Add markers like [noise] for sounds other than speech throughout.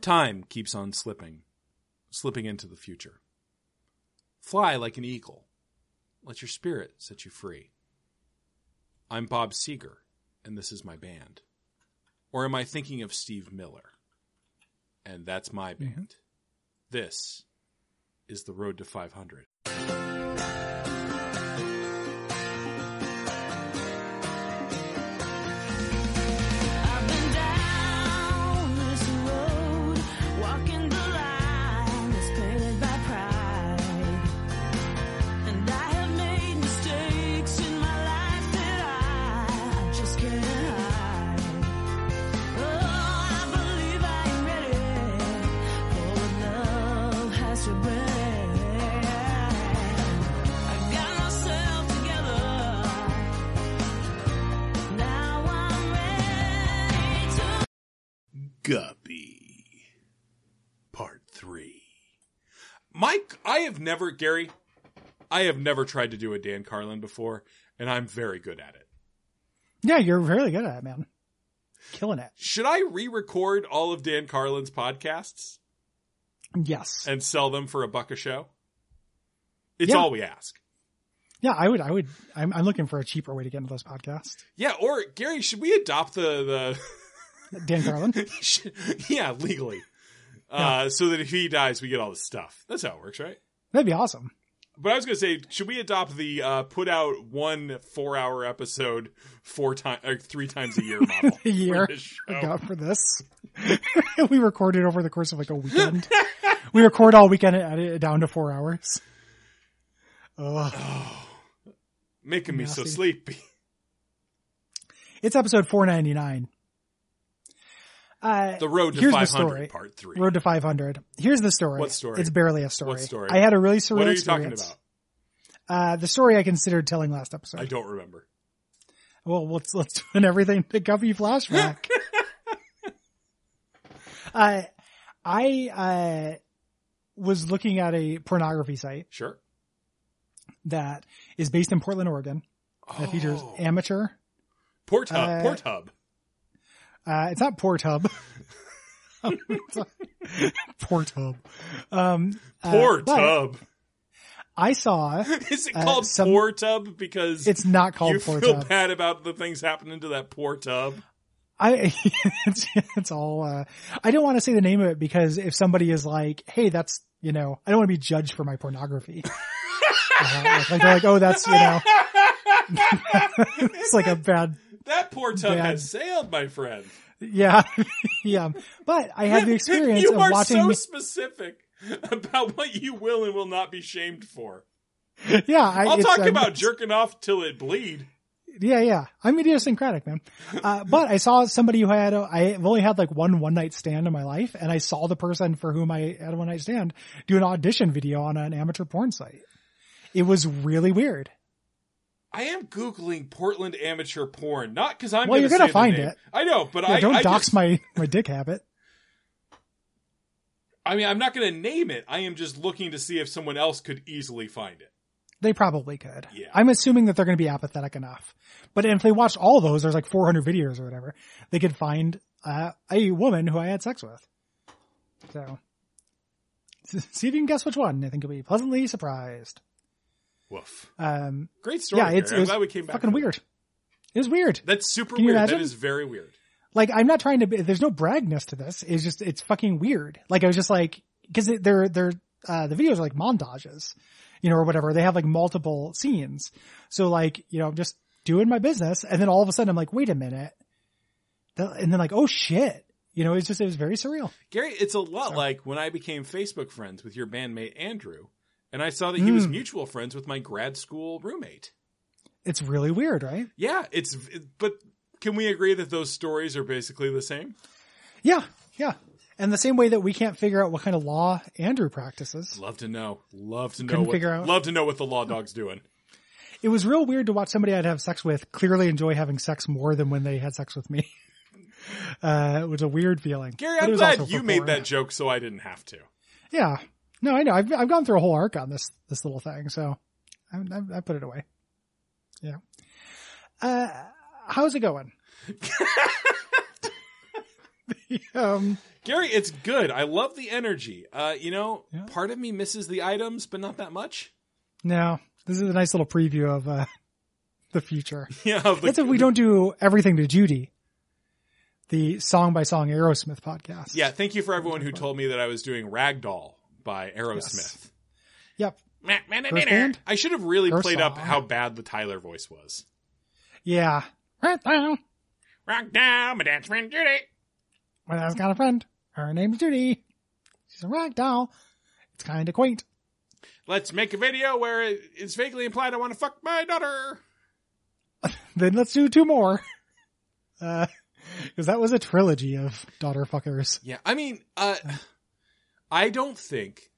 Time keeps on slipping, slipping into the future. Fly like an eagle. Let your spirit set you free. I'm Bob Seger, and this is my band. Or am I thinking of Steve Miller? And that's my band. This is the road to 500. I've been down this road, walking the line that's painted by pride, and I have made mistakes in my life that I just can't hide. Oh, I believe I am ready for what love has to bring. I got myself together. Now I'm ready to Guppy, part three. Mike, I have never, Gary, I have never tried to do a Dan Carlin before, and I'm very good at it. Yeah, you're really good at it, man. Killing it. Should I re record all of Dan Carlin's podcasts Yes. and sell them for a buck a show? It's Yeah. all we ask. Yeah, I would. I would. I'm, I'm looking for a cheaper way to get into those podcasts. Yeah, or Gary, should we adopt the, Dan Carlin. the [laughs] yeah, legally? Uh, so that if he dies, we get all the stuff. That's how it works, right? That'd [laughs] be awesome. But I was gonna say, should we adopt the uh, put out one four hour episode four times or three times a year model? [laughs] A year Oh, For this show? we got for this. [laughs] we recorded over the course of like a weekend. we record all weekend and edit it down to four hours. Ugh. [sighs] Making me so Nothing. sleepy. It's episode 499. Uh, The road to Here's the five story. hundry, part three. Road to 500. Here's the story. What story? It's barely a story. What story? I had a really surreal what are you talking experience. about? about? Uh, the story I considered telling last episode. I don't remember. Well, let's let's do an everything to Guppy [laughs] flashback. uh, I uh, was looking at a pornography site Sure. that is based in Portland, Oregon, that features Oh. amateur. Porthub. uh, Porthub. Uh, it's not [laughs] [laughs] Portub. Portub. Um, uh, but Portub. I saw. [laughs] Is it uh, called some- poor tub because It's not called you feel Portub. bad about the things happening to that poor tub? I [laughs] it's, it's all uh I don't want to say the name of it because if somebody is like, "Hey, that's you know," I don't want to be judged for my pornography. [laughs] Uh, like, like they're like, "Oh, that's you know," [laughs] it's like a bad That poor tub Bad. has sailed, my friend. yeah [laughs] yeah. But I had the [laughs] experience you of are so watching. specific about what you will and will not be shamed for. yeah, I, I'll it's, talk um, about jerking off till it bleed. Yeah, yeah. I'm idiosyncratic, man. Uh, but I saw somebody who I had, a, I've only had like one one night stand in my life, and I saw the person for whom I had a one night stand do an audition video on an amateur porn site. It was really weird. I am googling Portland amateur porn, not because I'm. gonna Well, you're gonna say the find name. it. I know, [laughs] but Yeah, I don't I dox just- my my dick habit. I mean, I'm not going to name it. I am just looking to see if someone else could easily find it. They probably could. Yeah. I'm assuming that they're going to be apathetic enough. But if they watched all those, there's like 400 videos or whatever, they could find uh, a woman who I had sex with. So, [laughs] s- see if you can guess which one. I think you'll be pleasantly surprised. Woof. Um, Great story. yeah, Gary. it's it I'm was glad we came back. fucking to that. weird. It was weird. That's super Can you weird. imagine? That is very weird. like I'm not trying to be, there's no braggness to this. It's just, it's fucking weird. Like I was just like, cause it, they're, they're, uh, the videos are like montages, you know, or whatever. They have like multiple scenes. So like, you know, I'm just doing my business. And then all of a sudden I'm like, wait a minute. The- And then like, oh shit. You know, it's just, it was very surreal. Gary, it's a lot So- like when I became Facebook friends with your bandmate Andrew, and I saw that he Hmm. was mutual friends with my grad school roommate. It's really weird, right? Yeah, it's it- but can we agree that those stories are basically the same? Yeah. Yeah. And the same way that we can't figure out what kind of law Andrew practices. Love to know. Love to know. Couldn't what, figure out. Love to know what the law dog's [laughs] doing. It was real weird to watch somebody I'd have sex with clearly enjoy having sex more than when they had sex with me. [laughs] Uh, it was a weird feeling. Gary, But it I'm was also glad for you made porn. that joke so I didn't have to. Yeah. No, I know. I've, I've gone through a whole arc on this, this little thing. So I, I, I put it away. Yeah. Uh, how's it going? [laughs] The, um, Gary, it's good. I love the energy. Uh, you know, Yeah. part of me misses the items, but not that much. [laughs] No, this is a nice little preview of uh, [laughs] the future. Yeah, of the- That's if we don't do everything to Judy, the song by song Aerosmith podcast. Yeah, thank you for everyone who told me that I was doing Ragdoll by Aerosmith. Yep. Meh, meh, meh, First meh. band? I should have really First played up song. how bad the Tyler voice was. Yeah. Right now, Rock down, my dance friend Judy. when I've got a friend, her name's Judy. She's a rag doll. It's kind of quaint. Let's make a video where it- it's vaguely implied I want to fuck my daughter. Then let's do two more. [laughs] Uh, cause that was a trilogy of daughter fuckers. Yeah, I mean, uh, [sighs] I don't think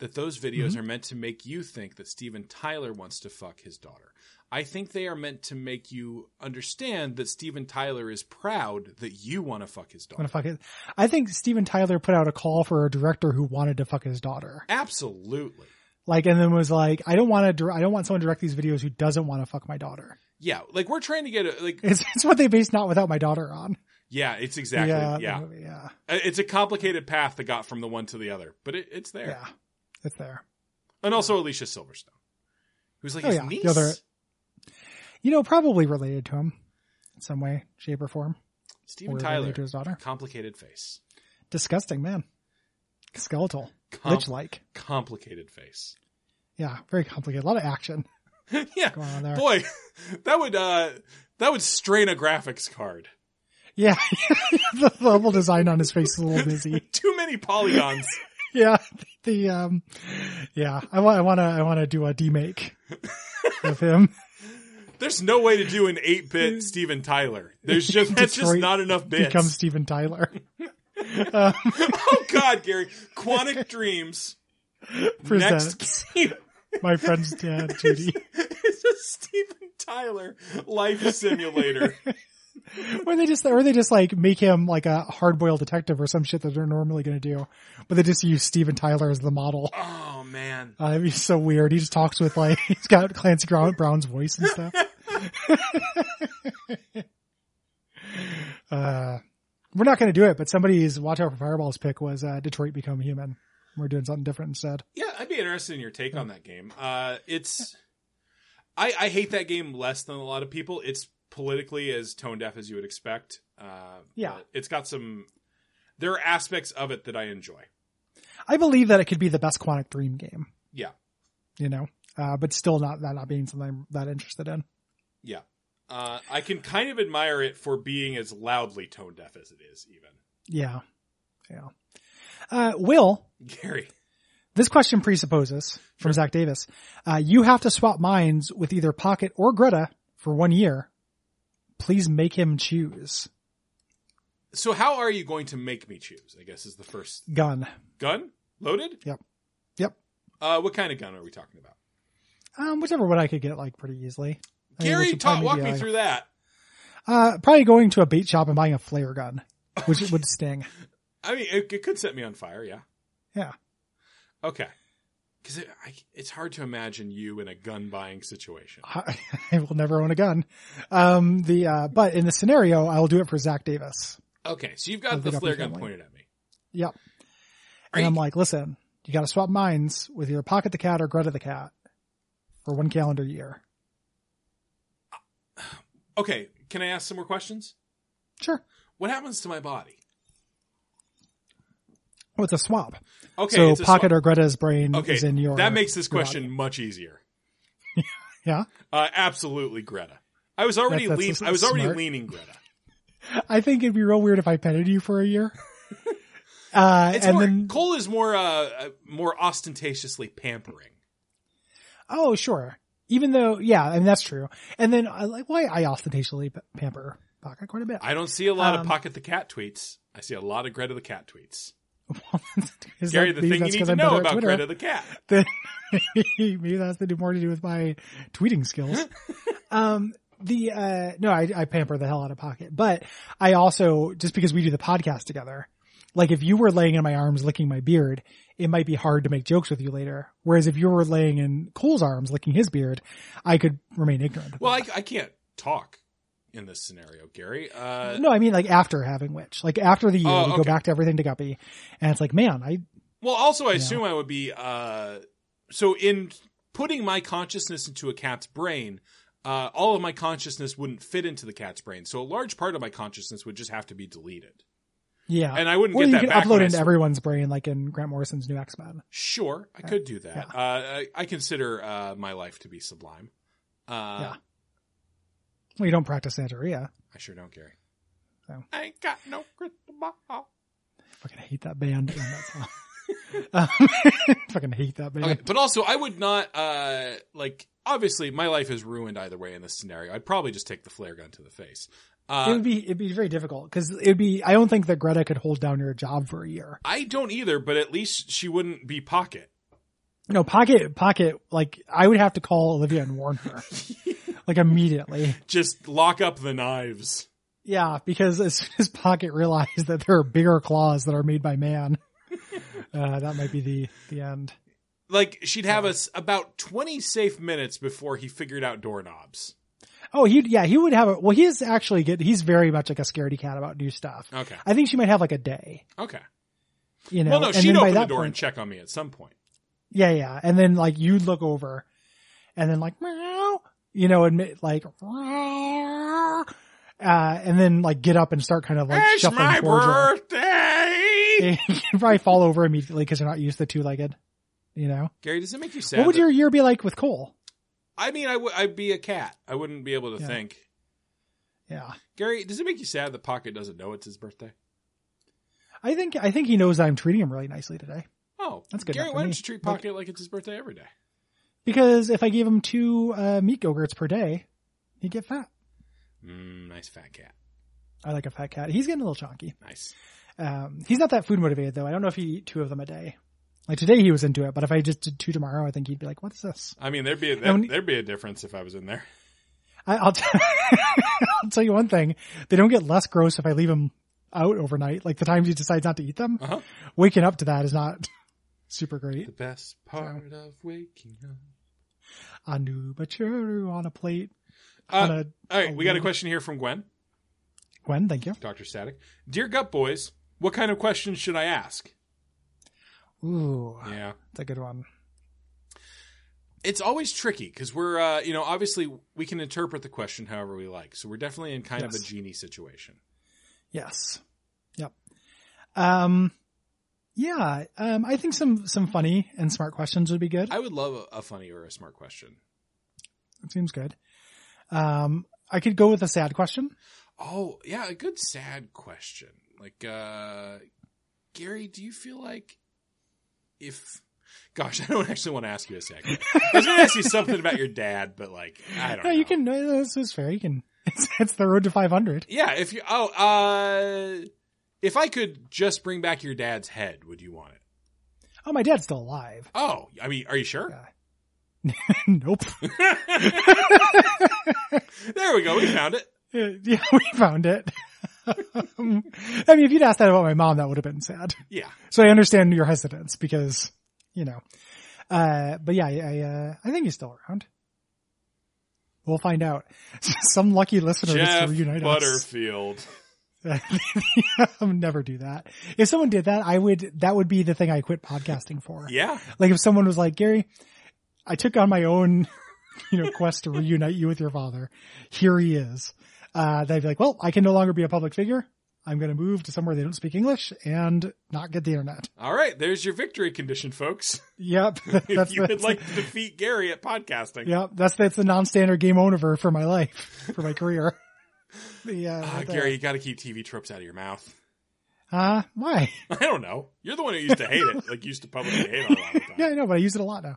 that those videos are meant to make you think that Steven Tyler wants to fuck his daughter. I think they are meant to make you understand that Steven Tyler is proud that you want to fuck his I'm gonna daughter. fuck it. I think Steven Tyler put out a call for a director who wanted to fuck his daughter. Absolutely. Like, and then was like, I don't want to, I don't want someone to direct these videos who doesn't want to fuck my daughter. [laughs] Yeah, like we're trying to get a like It's, it's what they based Not Without My Daughter on. yeah, it's exactly yeah. the movie, yeah. Uh, It's a complicated path that got from the one to the other, but it, it's there. Yeah. It's there. And also Alicia Silverstone, who's like Oh, his yeah, the niece. other- You know, probably related to him in some way, shape, or form. Steven or Tyler, related to his daughter. complicated face, Disgusting, man. Skeletal. Com- Lich like. complicated face. [laughs] Yeah. Very complicated. A lot of action yeah, going on there. boy, [laughs] that would uh that would strain a graphics card. [laughs] Yeah. [laughs] the level design on his face is a little busy. [laughs] Too many [laughs] polygons. Yeah. The, um, yeah. I want, I want to, I want to do a demake [laughs] of him. There's no way to do an eight bit Steven Tyler. There's just that's just Detroit not enough bits. Become Steven Tyler. [laughs] Um, oh God, Gary, [laughs] Quantic Dreams next Presents game. my friend's dad, Judy. [laughs] it's a Steven Tyler life [laughs] simulator. Or they just, or they just like make him like a hard-boiled detective or some shit that they're normally going to do, but they just use Steven Tyler as the model. oh man, Uh, he's so weird. He just talks with like [laughs] he's got Clancy Brown, Brown's voice and stuff. [laughs] uh, we're not going to do it, but somebody's watch out for fireballs pick was uh, Detroit Become Human. We're doing something different instead. yeah, I'd be interested in your take on that game. Uh, it's I I hate that game less than a lot of people. It's politically as tone deaf as you would expect. Uh, Yeah. but it's got some. There are aspects of it that I enjoy. I believe that it could be the best Quantic Dream game. Yeah. you know, uh, but still not that not being something I'm that interested in. Yeah. Uh, I can kind of admire it for being as loudly tone deaf as it is, even. [laughs] Yeah, yeah. Uh, Will, Gary. This question presupposes from Zach Davis. Uh, you have to swap minds with either Pocket or Greta for one year. Please make him choose. So, how are you going to make me choose? I guess is the first Gun. gun loaded. Yep. Yep. Uh, what kind of gun are we talking about? Um, whichever one I could get like pretty easily. I mean, which Gary, would ta- probably walk be, me like, through that. Uh, probably going to a bait shop and buying a flare gun, which would sting. [laughs] I mean, it, it could set me on fire. Yeah. Yeah. Okay. Because it, I- it's hard to imagine you in a gun buying situation. I, I will never own a gun. Um, the, uh, but in the scenario, I will do it for Zach Davis. Okay, so you've I'll got the pick up flare your gun family. pointed at me. Yep. Are and you- I'm like, listen, you got to swap minds with either Pocket the Cat or Greta the Cat for one calendar year. Okay, can I ask some more questions? Sure. What happens to my body? Oh, it's a swap. Okay, so it's a Pocket swap. or Greta's brain is in your. that makes this your question much easier. body. Uh, absolutely, Greta. I was already That's- lean- that's I was already smart. leaning Greta. Yeah, I think it'd be real weird if I petted you for [laughs] a year. Uh, It's and more, then Cole is more uh, uh, more ostentatiously pampering. oh sure, even though yeah, I mean that's true. And then I like why I ostentatiously p- pamper Pocket quite a bit. [laughs] I don't see a lot Um, of Pocket the Cat tweets. I see a lot of Greta the Cat tweets. Is Gary, that- the maybe thing you that's need 'cause to I'm know better at about Twitter. Greta the Cat. then maybe, [laughs] maybe that's to do more to do with my [laughs] tweeting skills. um, the uh, no, I, I pamper the hell out of pocket, but I also just because we do the podcast together, like if you were laying in my arms licking my beard, it might be hard to make jokes with you later. Whereas if you were laying in Cole's arms licking his beard, I could remain ignorant. Well, I, I can't talk. in this scenario, Gary. Uh, no, I mean like after having Witch, like after the year, Oh, we go okay. back to everything to Guppy, and it's like, man, I Well, also, I Yeah. assume I would be. Uh, so, in putting my consciousness into a cat's brain, uh, all of my consciousness wouldn't fit into the cat's brain. So, a large part of my consciousness would just have to be deleted. yeah, And I wouldn't or get you that could back. when upload I it into s- everyone's brain, like in Grant Morrison's New X Men. Sure, I could do that. Uh, I, I consider uh, my life to be sublime. Uh, Yeah. Well, you don't practice Santeria. I sure don't, Gary. No. I ain't got no crystal ball. I fucking hate that band. And that [laughs] song. um, [laughs] fucking hate that band. Okay, but also I would not uh like obviously my life is ruined either way in this scenario. I'd probably just take the flare gun to the face. it Uh would be it'd be very difficult because it'd be. I don't think that Greta could hold down your job for a year. I don't either, but at least she wouldn't be pocket. No, pocket pocket. Like I would have to call Olivia and warn [laughs] her, like immediately. Just lock up the knives. Yeah, because as soon as Pocket realized that there are bigger claws that are made [laughs] by man, uh, that might be the the end. Like she'd have us about 20 safe minutes before he figured out doorknobs. Oh, he yeah, he would have a well. He's actually good. He's very much like a scaredy cat about new stuff. Okay. I think she might have like a day. Okay. You know, well, no, And she'd then by open the that door point- and check on me at some point. Yeah, yeah. And then like you'd look over and then like meow, you know, admit like meow, uh, and then like get up and start kind of like it's shuffling my towards her. [laughs] birthday. You can probably fall over immediately because you're not used to two legged. You know, Gary, does it make you sad? what would that- your year be like with Cole? I mean, I w- I'd be a cat. I wouldn't be able to Yeah. think. Yeah. Gary, does it make you sad that Pocket doesn't know it's his birthday? I think I think he knows that I'm treating him really nicely today. Oh, That's good Gary, enough for why me. don't you treat Like- Pocket like it's his birthday every day? Because if I gave him two uh, meat gogurts per day, he'd get fat. Mm, nice fat cat. I like a fat cat. He's getting a little chunky. Nice. Um, he's not that food motivated though. I don't know if he eat two of them a day. Like today he was into it, but if I just did two tomorrow, I think he'd be like, "What is this?" I mean, there'd be a, And when- there'd be a difference if I was in there. I, I'll, t- [laughs] I'll tell you one thing: they don't get less gross if I leave them out overnight. Like the times he decides not to eat them, Uh-huh. waking up to that is not [laughs] super great. The best part of waking up. I knew, but you're on a plate. Uh, on a All right, we got a Alone. question here from Gwen, Gwen, thank you. Doctor Static. Dear Gut Boys, what kind of questions should I ask? Ooh, Yeah. that's a good one. it's always tricky because we're uh, you know obviously we can interpret the question however we like so we're definitely in kind of Yes. a genie situation Yes. Yep. Um, yeah. Um, I think some some funny and smart questions would be good. i would love a, a funny or a smart question It seems good. Um, I could go with a sad question. oh yeah a good sad question like uh gary do you feel like if gosh [laughs] i don't actually want to ask you a sad question i was going to ask you something about your dad but like i don't No, know you can. No, this is fair. You can. [laughs] It's, it's the road to five hundred. yeah if you oh uh if i could just bring back your dad's head would you want it Oh, my dad's still alive. [laughs] oh i mean are you sure nope. [laughs] [laughs] there we go we found it yeah, we found it. [laughs] um, I mean, if you'd asked that about my mom, that would have been sad. Yeah. So I understand your hesitance because, you know, uh, but yeah, I, I, uh, I think he's still around. We'll find out. [laughs] Some lucky listener gets to Jeff reunite us. Butterfield. [laughs] I'll never do that. If someone did that, I would, that would be the thing I quit podcasting for. Yeah. Like if someone was like, Gary, I took on my own, [laughs] you know, quest to reunite you with your father. Here he is. Uh, they'd be like, well, I can no longer be a public figure. I'm going to move to somewhere they don't speak English and not get the internet. [laughs] All right. There's your victory condition, folks. Yep. If [laughs] That's, you would that's- like to defeat Gary at podcasting. yep. That's, that's the non-standard game over for my life, for my career. [laughs] The, uh, Ah, the- Gary, you got to keep TV tropes out of your mouth. [laughs] Uh, why? I don't know. You're the one who used to hate [laughs] it, like used to publicly hate on it all the time. Yeah, I know, but I use it a lot now.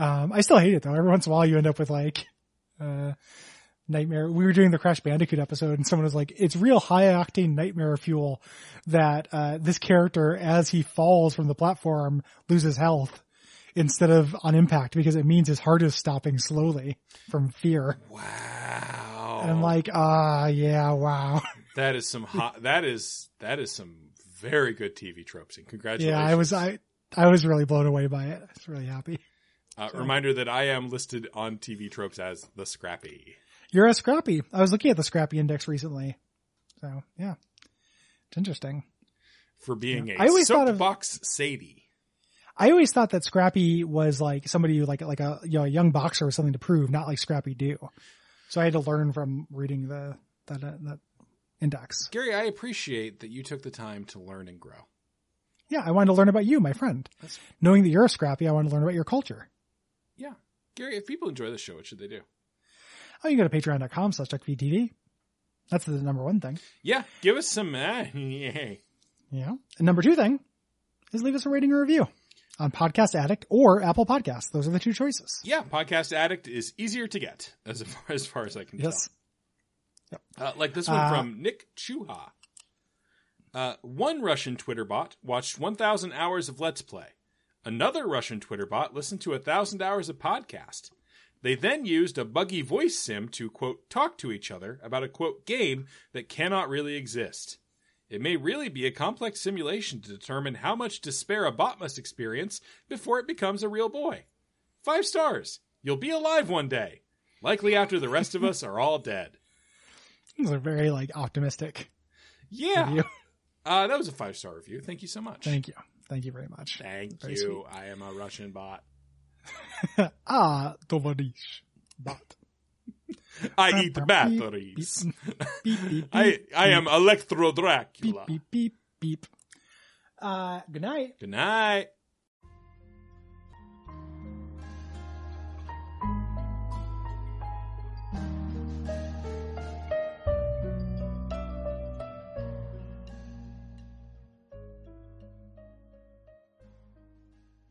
Um, I still hate it though. Every once in a while you end up with like, uh, nightmare. We were doing the Crash Bandicoot episode and someone was like, it's real high octane nightmare fuel that, uh, this character, as he falls from the platform, loses health instead of on impact because it means his heart is stopping slowly from fear. Wow. And I'm like, ah, yeah, wow. [laughs] that is some hot. That is that is some very good TV tropes. And congratulations. Uh, Yeah, I was, I, I was really blown away by it. I was really happy. Uh, reminder that I am listed on TV tropes as the Scrappy. You're a Scrappy. I was looking at the Scrappy Index recently. So yeah, it's interesting. for being Yeah. a I always thought of- soapbox Sadie. I always thought that Scrappy was like somebody who like like a you know a young boxer or something to prove, not like Scrappy Doo. So I had to learn from reading the that uh, that index. Gary, I appreciate that you took the time to learn and grow. Yeah, I wanted to learn about you, my friend. That's- Knowing that you're a Scrappy, I want to learn about your culture. Yeah. Gary, if people enjoy the show, what should they do? Oh, you can go to patreon.com slash duckptd. That's the number one thing. Yeah, give us some. [laughs] Uh, yay. Yeah. And number two thing is leave us a rating or review on Podcast Addict or Apple Podcasts. Those are the two choices. Yeah, Podcast Addict is easier to get as far as, far as I can Yes. tell. Uh, like this one Uh, from Nick Chuha. Uh, one Russian Twitter bot watched 1,000 hours of Let's Play. Another Russian Twitter bot listened to 1,000 hours of podcast. They then used a buggy voice sim to, quote, talk to each other about a, quote, game that cannot really exist. It may really be a complex simulation to determine how much despair a bot must experience before it becomes a real boy. Five stars. You'll be alive one day. Likely after the rest of us are all dead. These are very like optimistic Yeah. review. Uh, that was a five star review. Thank you so much. [laughs] Thank you. Thank you very much. Thank Very you. sweet. I am a Russian bot. [laughs] Ah, tovarищ. Bot. I eat Bum, bum, [laughs] beep, batteries. Beep, beep, [laughs] I, beep, I am Electro beep, Dracula. beep, beep, beep. Uh, good night. Good night.